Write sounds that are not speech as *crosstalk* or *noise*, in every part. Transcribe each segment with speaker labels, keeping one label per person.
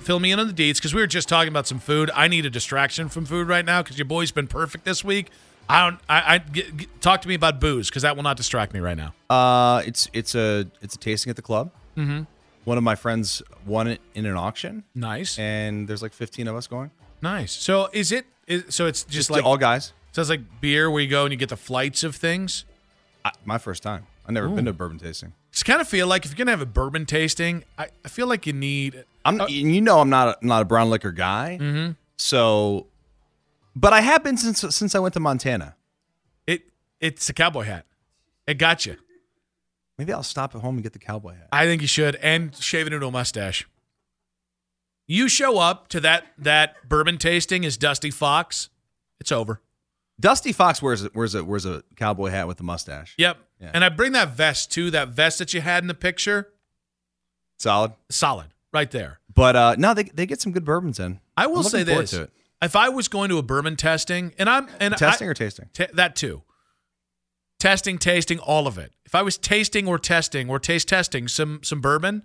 Speaker 1: Fill me in on the deets because we were just talking about some food. I need a distraction from food right now because your boy's been perfect this week. I don't. I, I get, get- talk to me about booze because that will not distract me right now.
Speaker 2: Uh, it's it's a it's a tasting at the club. Mm-hmm. One of my friends won it in an auction,
Speaker 1: Nice,
Speaker 2: and there's like 15 of us going.
Speaker 1: nice. So is it? Is, so it's just
Speaker 2: Just
Speaker 1: like
Speaker 2: all guys.
Speaker 1: so it's like beer where you go and you get the flights of things.
Speaker 2: I, my first time. I've never been to a bourbon tasting.
Speaker 1: Just kind of feel like if you're gonna have a bourbon tasting, I, I feel like you need.
Speaker 2: I'm and you know I'm not a, not a brown liquor guy. Mm-hmm. So, but I have been since since I went to Montana.
Speaker 1: It it's a cowboy hat. It got you.
Speaker 2: Maybe I'll stop at home and get the cowboy hat.
Speaker 1: I think you should and shave it into a mustache. You show up to that that bourbon tasting as Dusty Fox. It's over.
Speaker 2: Dusty Fox wears a, wears a wears a cowboy hat with a mustache.
Speaker 1: Yep.
Speaker 2: Yeah.
Speaker 1: And I bring that vest too. That vest that you had in the picture,
Speaker 2: Solid.
Speaker 1: solid right there.
Speaker 2: But uh, no, they they get some good bourbons in.
Speaker 1: I
Speaker 2: I'm
Speaker 1: will
Speaker 2: looking
Speaker 1: say
Speaker 2: forward
Speaker 1: this:
Speaker 2: to it.
Speaker 1: if I was going to a bourbon testing, and I'm and
Speaker 2: testing
Speaker 1: I,
Speaker 2: or tasting.
Speaker 1: t- that too, testing, tasting, all of it. If I was tasting or testing or taste testing some some bourbon,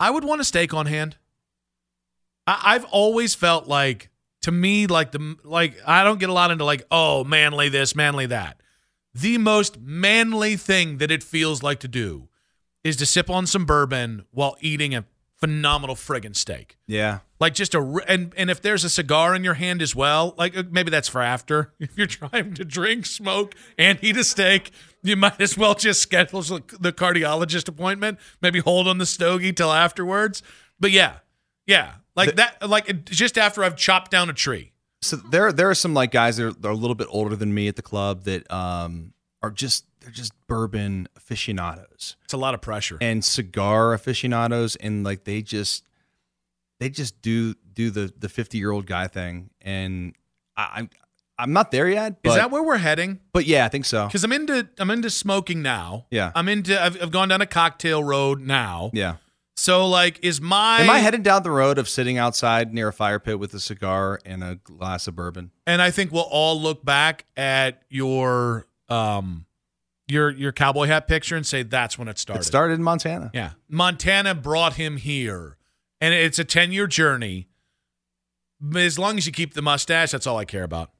Speaker 1: I would want a steak on hand. I, I've always felt like to me like the like I don't get a lot into like oh manly this manly that. The most manly thing that it feels like to do is to sip on some bourbon while eating a phenomenal friggin' steak
Speaker 2: Yeah.
Speaker 1: like just a r- and and if there's a cigar in your hand as well like uh, maybe that's for after *laughs* if you're trying to drink smoke and eat a steak you might as well just schedule the the cardiologist appointment maybe hold on the stogie till afterwards but yeah yeah like that like it- just after i've chopped down a tree
Speaker 2: so there there are some like guys that are, that are a little bit older than me at the club that um are just they're just bourbon aficionados
Speaker 1: it's a lot of pressure
Speaker 2: and cigar aficionados and like they just they just do do the the 50 year old guy thing and I, i'm i'm not there yet but,
Speaker 1: is that where we're heading
Speaker 2: but yeah i think so
Speaker 1: because i'm into i'm into smoking now
Speaker 2: Yeah.
Speaker 1: i'm into i've, I've gone down a cocktail road now
Speaker 2: yeah
Speaker 1: so like is my
Speaker 2: am i headed down the road of sitting outside near a fire pit with a cigar and a glass of bourbon
Speaker 1: and I think we'll all look back at your um your your cowboy hat picture and say that's when it started.
Speaker 2: it started in montana
Speaker 1: Yeah. Montana brought him here. And it's a 10-year journey. But As long as you keep the mustache, that's all I care about.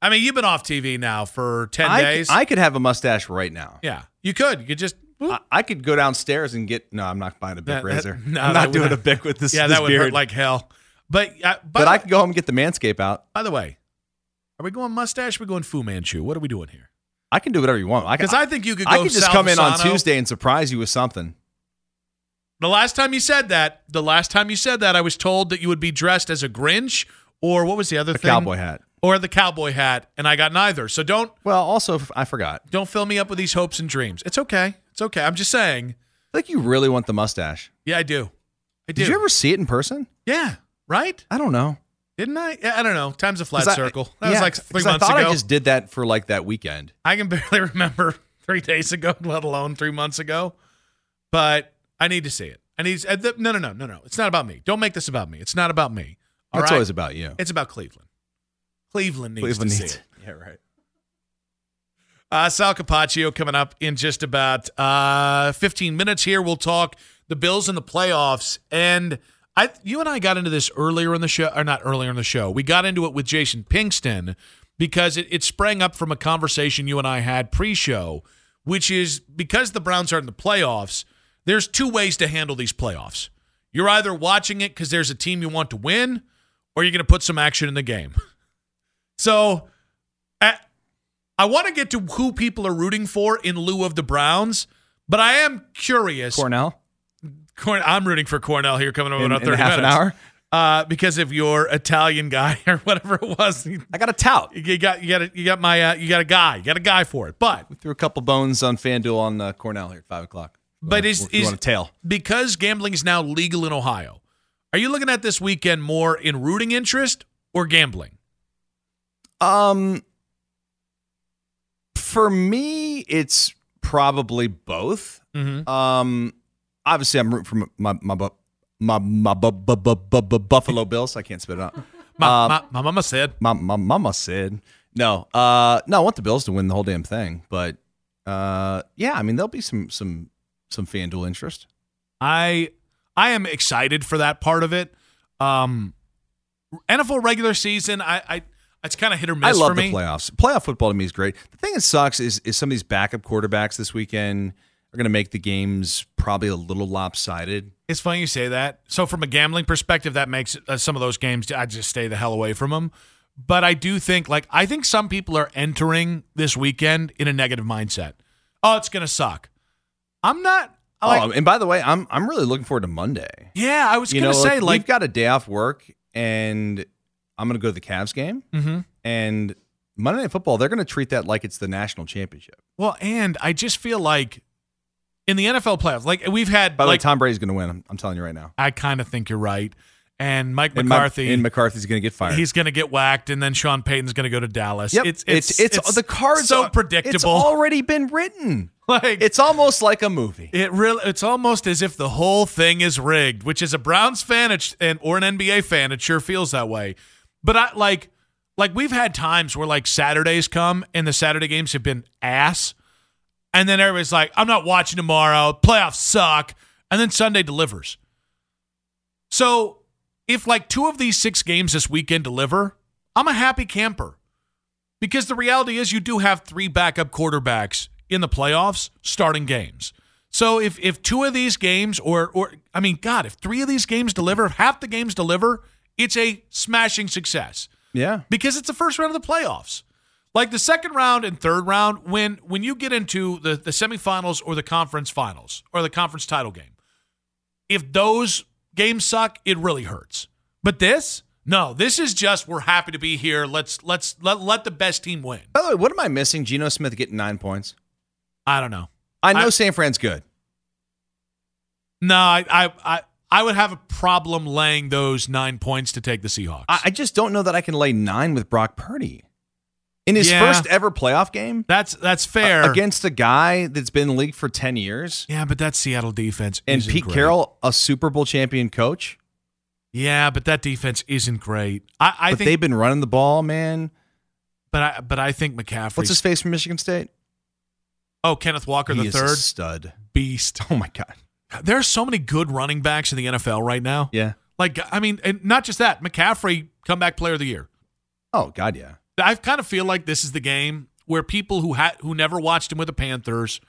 Speaker 1: I mean, you've been off TV now for 10
Speaker 2: I,
Speaker 1: days.
Speaker 2: c- I could have a mustache right now
Speaker 1: yeah. You could. You could just
Speaker 2: I, I could go downstairs and get. No, I'm not buying a
Speaker 1: That-
Speaker 2: Bic
Speaker 1: that- *laughs*
Speaker 2: razor.
Speaker 1: no,
Speaker 2: I'm
Speaker 1: that
Speaker 2: not doing
Speaker 1: would-
Speaker 2: a Bic with this.
Speaker 1: Yeah,
Speaker 2: this
Speaker 1: that would
Speaker 2: beard.
Speaker 1: hurt like hell. But uh, by,
Speaker 2: But
Speaker 1: the,
Speaker 2: I could go home and get the manscape out.
Speaker 1: by the way, are we going mustache? Or we going Fu Manchu? What are we doing here?
Speaker 2: I can do whatever you want. I
Speaker 1: Because
Speaker 2: I,
Speaker 1: I think you could go
Speaker 2: I could just
Speaker 1: Sal
Speaker 2: come in on
Speaker 1: Fasano.
Speaker 2: Tuesday and surprise you with something.
Speaker 1: The last time you said that, the last time you said that, I was told that you would be dressed as a Grinch or what was the other
Speaker 2: A
Speaker 1: thing?
Speaker 2: cowboy hat.
Speaker 1: Or the cowboy hat, and I got neither. So don't
Speaker 2: Well, also f- I forgot.
Speaker 1: don't fill me up with these hopes and dreams. It's okay. It's okay. I'm just saying.
Speaker 2: I think you really want the mustache.
Speaker 1: Yeah, I do. I do.
Speaker 2: Did you ever see it in person?
Speaker 1: Yeah. Right?
Speaker 2: I don't know.
Speaker 1: Didn't I? Yeah, I don't know. Time's a flat
Speaker 2: 'Cause I-
Speaker 1: circle. That was
Speaker 2: yeah,
Speaker 1: like three
Speaker 2: 'cause
Speaker 1: months
Speaker 2: I thought
Speaker 1: ago.
Speaker 2: I just did that for like that weekend.
Speaker 1: I can *laughs* barely remember three days ago, let alone three months ago. But I need to see it. I need. uh, th- No, no, no, no, no. It's not about me. Don't make this about me. It's not about me. All
Speaker 2: That's
Speaker 1: right?
Speaker 2: always about you.
Speaker 1: It's about Cleveland. Cleveland needs
Speaker 2: Cleveland
Speaker 1: to
Speaker 2: needs
Speaker 1: see it.
Speaker 2: it. Yeah, right.
Speaker 1: Uh, Sal Capaccio coming up in just about uh, 15 minutes here. We'll talk the Bills and the playoffs. And I, you and I got into this earlier in the show, or not earlier in the show. We got into it with Jason Pinkston because it, it sprang up from a conversation you and I had pre show, which is because the Browns are in the playoffs, there's two ways to handle these playoffs. You're either watching it because there's a team you want to win, or you're going to put some action in the game. So. At, I want to get to who people are rooting for in lieu of the Browns, but I am curious.
Speaker 2: Cornell
Speaker 1: Corn- I'm rooting for Cornell here coming up in
Speaker 2: in,
Speaker 1: about
Speaker 2: in
Speaker 1: 30
Speaker 2: half an
Speaker 1: minutes.
Speaker 2: hour.
Speaker 1: Uh, because if your Italian guy *laughs* or whatever it was, you
Speaker 2: I got a
Speaker 1: *laughs*
Speaker 2: tout.
Speaker 1: you got you got a, you got my uh, you got a guy, you got a guy for it. But
Speaker 2: Threw a couple bones on FanDuel on uh, Cornell here at five o'clock.
Speaker 1: But
Speaker 2: Uh,
Speaker 1: is-
Speaker 2: if you
Speaker 1: is-
Speaker 2: want a tail?
Speaker 1: because gambling is now legal in Ohio, Are you looking at this weekend more in rooting interest or gambling?
Speaker 2: Um, for me, it's probably both.
Speaker 1: Mhm.
Speaker 2: Um, obviously, I'm rooting for my my my my, my bu- bu- bu- bu- bu- Buffalo Bills. I can't spit it
Speaker 1: *laughs*
Speaker 2: out.
Speaker 1: My,
Speaker 2: Uh,
Speaker 1: my, my mama said.
Speaker 2: My my mama said no. Uh, no, I want the Bills to win the whole damn thing. But uh, yeah, I mean, there'll be some some some FanDuel interest.
Speaker 1: I I am excited for that part of it. Um NFL regular season, I, I it's kind of hit or miss
Speaker 2: I love
Speaker 1: for me.
Speaker 2: the playoffs. Playoff football to me is great. The thing that sucks is is some of these backup quarterbacks this weekend are going to make the games probably a little lopsided.
Speaker 1: It's funny you say that. So from a gambling perspective, that makes uh, some of those games I just stay the hell away from them. But I do think like I think some people are entering this weekend in a negative mindset. Oh, it's gonna suck. I'm not. I Like,
Speaker 2: oh, and by the way, I'm I'm really looking forward to Monday.
Speaker 1: yeah, I was
Speaker 2: you
Speaker 1: gonna
Speaker 2: know,
Speaker 1: say like
Speaker 2: we've got a day off work, and I'm going to go to the Cavs game.
Speaker 1: Mhm.
Speaker 2: And Monday Night Football, they're going to treat that like it's the national championship.
Speaker 1: well, and I just feel like in the NFL playoffs, like we've had
Speaker 2: By the
Speaker 1: like
Speaker 2: way, Tom Brady's going to win. I'm, I'm telling you right now.
Speaker 1: I kind of think you're right, and Mike
Speaker 2: And my-
Speaker 1: McCarthy.
Speaker 2: and McCarthy's going to get fired.
Speaker 1: He's going to get whacked, and then Sean Payton's going to go to Dallas.
Speaker 2: Yep.
Speaker 1: It's, it's,
Speaker 2: it's, the cards
Speaker 1: so
Speaker 2: are- It's
Speaker 1: predictable. *laughs*
Speaker 2: already been written.
Speaker 1: like
Speaker 2: It's almost like a movie.
Speaker 1: It really it's almost as if the whole thing is rigged, which is a Browns fan it, and or an NBA fan, it sure feels that way. But I like like we've had times where like Saturdays come and the Saturday games have been ass. And then everybody's like, I'm not watching tomorrow. Playoffs suck. And then Sunday delivers. So if like two of these six games this weekend deliver, I'm a happy camper. Because the reality is you do have three backup quarterbacks in the playoffs starting games. So if if two of these games or or I mean god, if three of these games deliver, if half the games deliver, it's a smashing success
Speaker 2: Yeah.
Speaker 1: because it's the first round of the playoffs. Like the second round and third round, when when you get into the the semifinals or the conference finals or the conference title game, if those games suck, it really hurts. But this, no, this is just we're happy to be here. Let's let's let let the best team win.
Speaker 2: By the way, what am I missing? Geno Smith getting nine points.
Speaker 1: I don't know.
Speaker 2: I know
Speaker 1: I-
Speaker 2: San Fran's good.
Speaker 1: No, I I I, I would have a problem laying those nine points to take the Seahawks.
Speaker 2: I, I just don't know that I can lay nine with Brock Purdy in his
Speaker 1: Yeah.
Speaker 2: first ever playoff game
Speaker 1: that's that's fair.
Speaker 2: uh, against a guy that's been in the league for ten years
Speaker 1: yeah, but that Seattle defense
Speaker 2: and
Speaker 1: isn't
Speaker 2: Pete
Speaker 1: great.
Speaker 2: Carroll, a Super Bowl champion coach.
Speaker 1: Yeah, but that defense isn't great. I, I
Speaker 2: but
Speaker 1: think
Speaker 2: they've been running the ball, man.
Speaker 1: But I but I think McCaffrey.
Speaker 2: What's his face from Michigan State?
Speaker 1: Oh, Kenneth Walker
Speaker 2: he
Speaker 1: the
Speaker 2: is a
Speaker 1: third
Speaker 2: stud. *laughs*
Speaker 1: beast.
Speaker 2: Oh my god.
Speaker 1: There are so many good running backs in the NFL right now.
Speaker 2: Yeah.
Speaker 1: Like I mean, and not just that. McCaffrey comeback player of the year.
Speaker 2: Oh god, yeah.
Speaker 1: I kind of feel like this is the game where people who had who never watched him with the Panthers,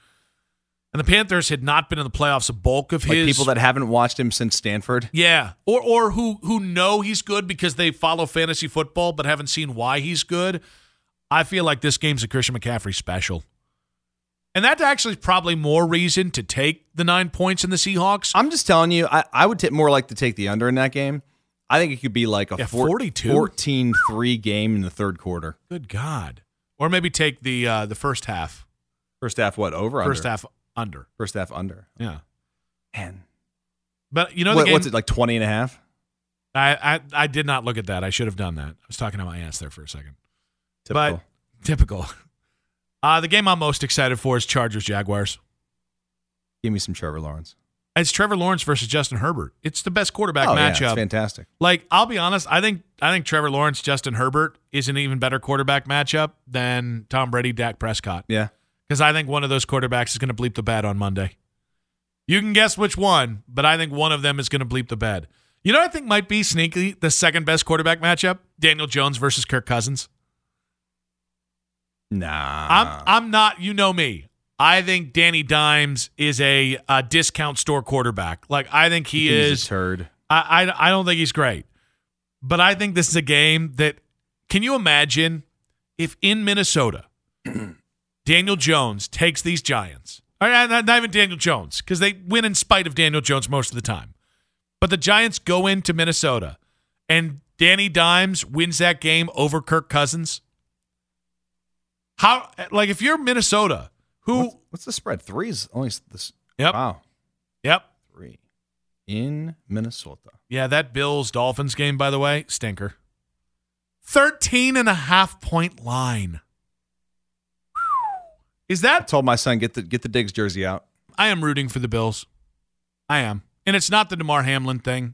Speaker 1: and the Panthers had not been in the playoffs. A bulk of
Speaker 2: Like
Speaker 1: his
Speaker 2: people that haven't watched him since Stanford.
Speaker 1: Yeah, or or who who know he's good because they follow fantasy football but haven't seen why he's good. I feel like this game's a Christian McCaffrey special, and that's actually probably more reason to take the nine points in the Seahawks.
Speaker 2: I'm just telling you, I, I would t- more like to take the under in that game. I think it could be like a
Speaker 1: Yeah,
Speaker 2: four-
Speaker 1: 42.
Speaker 2: 14-3 game in the third quarter.
Speaker 1: Good God! Or maybe take the uh, the first half,
Speaker 2: First half, what over?
Speaker 1: first
Speaker 2: under?
Speaker 1: half under.
Speaker 2: First half under.
Speaker 1: Yeah,
Speaker 2: Man,
Speaker 1: but you know the
Speaker 2: what,
Speaker 1: game.
Speaker 2: what's it like 20 and a half?
Speaker 1: I, I I did not look at that. I should have done that. I was talking to my ass there for a second.
Speaker 2: Typical.
Speaker 1: But typical. *laughs* Uh, the game I'm most excited for is Chargers Jaguars.
Speaker 2: Give me some Trevor Lawrence.
Speaker 1: It's Trevor Lawrence versus Justin Herbert. It's the best quarterback
Speaker 2: oh, yeah, it's
Speaker 1: matchup.
Speaker 2: fantastic.
Speaker 1: like I'll be honest, I think I think Trevor Lawrence Justin Herbert is an even better quarterback matchup than Tom Brady Dak Prescott
Speaker 2: Yeah.
Speaker 1: because I think one of those quarterbacks is going to bleep the bed on Monday. You can guess which one, but I think one of them is going to bleep the bed. You know, what I think might be sneaky the second best quarterback matchup: Daniel Jones versus Kirk Cousins.
Speaker 2: Nah.
Speaker 1: I'm I'm not. You know me. I think Danny Dimes is a, uh discount store quarterback. Like I think he
Speaker 2: You think
Speaker 1: is.
Speaker 2: He's a turd.
Speaker 1: I, I I don't think he's great, but I think this is a game that can you imagine if in Minnesota *clears throat* Daniel Jones takes these Giants, or uh, not, not- not even Daniel Jones because they win in spite of Daniel Jones most of the time, but the Giants go into Minnesota and Danny Dimes wins that game over Kirk Cousins. How like if you're Minnesota, who
Speaker 2: What's, what's the spread? Three is only s- this.
Speaker 1: Yep.
Speaker 2: Wow.
Speaker 1: yep
Speaker 2: Three. in Minnesota.
Speaker 1: Yeah, that Bills Dolphins game, by the way, stinker. 13 and a half point line. Is
Speaker 2: I
Speaker 1: that?
Speaker 2: told my son get the get the Diggs jersey out.
Speaker 1: I am rooting for the Bills. I am. And it's not the DeMar Hamlin thing.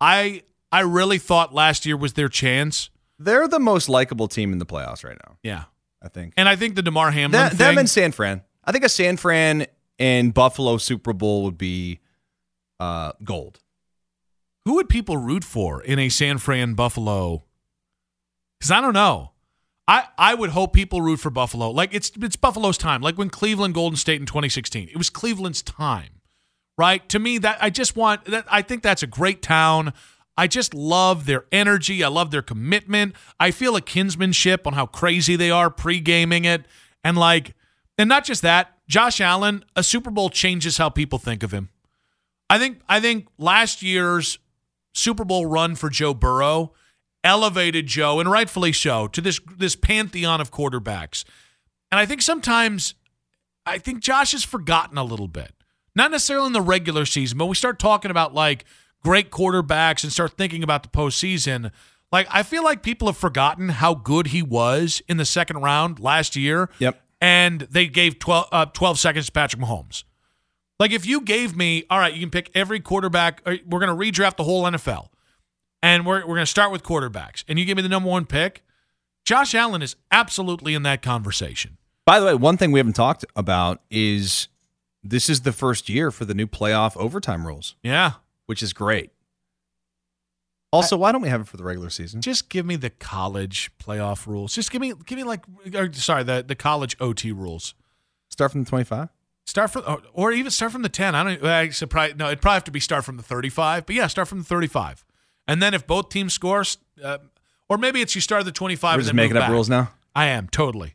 Speaker 1: I I really thought last year was their chance.
Speaker 2: They're the most likable team in the playoffs right now.
Speaker 1: Yeah.
Speaker 2: I think
Speaker 1: And I think the DeMar Hamlin
Speaker 2: Th-
Speaker 1: thing.
Speaker 2: them and San Fran. I think a San Fran and Buffalo Super Bowl would be uh, gold.
Speaker 1: who would people root for in a San Fran Buffalo? Because I don't know. I, I would hope people root for Buffalo. Like it's it's Buffalo's time. Like when Cleveland Golden State in 2016, it was Cleveland's time, right? To me, that I just want that I think that's a great town. I just love their energy. I love their commitment. I feel a kinsmanship on how crazy they are pre-gaming it, and like, and not just that. Josh Allen, a Super Bowl changes how people think of him. I think I think last year's Super Bowl run for Joe Burrow elevated Joe, and rightfully so, to this this pantheon of quarterbacks. And I think sometimes I think Josh is forgotten a little bit. Not necessarily in the regular season, but we start talking about like great quarterbacks and start thinking about the postseason. Like I feel like people have forgotten how good he was in the second round last year.
Speaker 2: Yep.
Speaker 1: And they gave 12, uh, 12 seconds to Patrick Mahomes. Like if you gave me, all right, you can pick every quarterback. or We're going to redraft the whole NFL, and we're we're going to start with quarterbacks. And you give me the number one pick. Josh Allen is absolutely in that conversation.
Speaker 2: By the way, one thing we haven't talked about is this is the first year for the new playoff overtime rules,
Speaker 1: Yeah.
Speaker 2: which is great. Also, why don't we have it for the regular season?
Speaker 1: Just give me the college playoff rules. Just give me give me like or, sorry the the college OT rules.
Speaker 2: Start from the twenty-five.
Speaker 1: Start from or, or even start from the ten. I don't. I surprise. No, it'd probably have to be start from the thirty-five. But yeah, start from the thirty-five, and then if both teams score, s- uh, or maybe it's you start at the twenty-five.
Speaker 2: We're
Speaker 1: and
Speaker 2: just
Speaker 1: then
Speaker 2: making
Speaker 1: move
Speaker 2: up
Speaker 1: back.
Speaker 2: rules now.
Speaker 1: I am totally.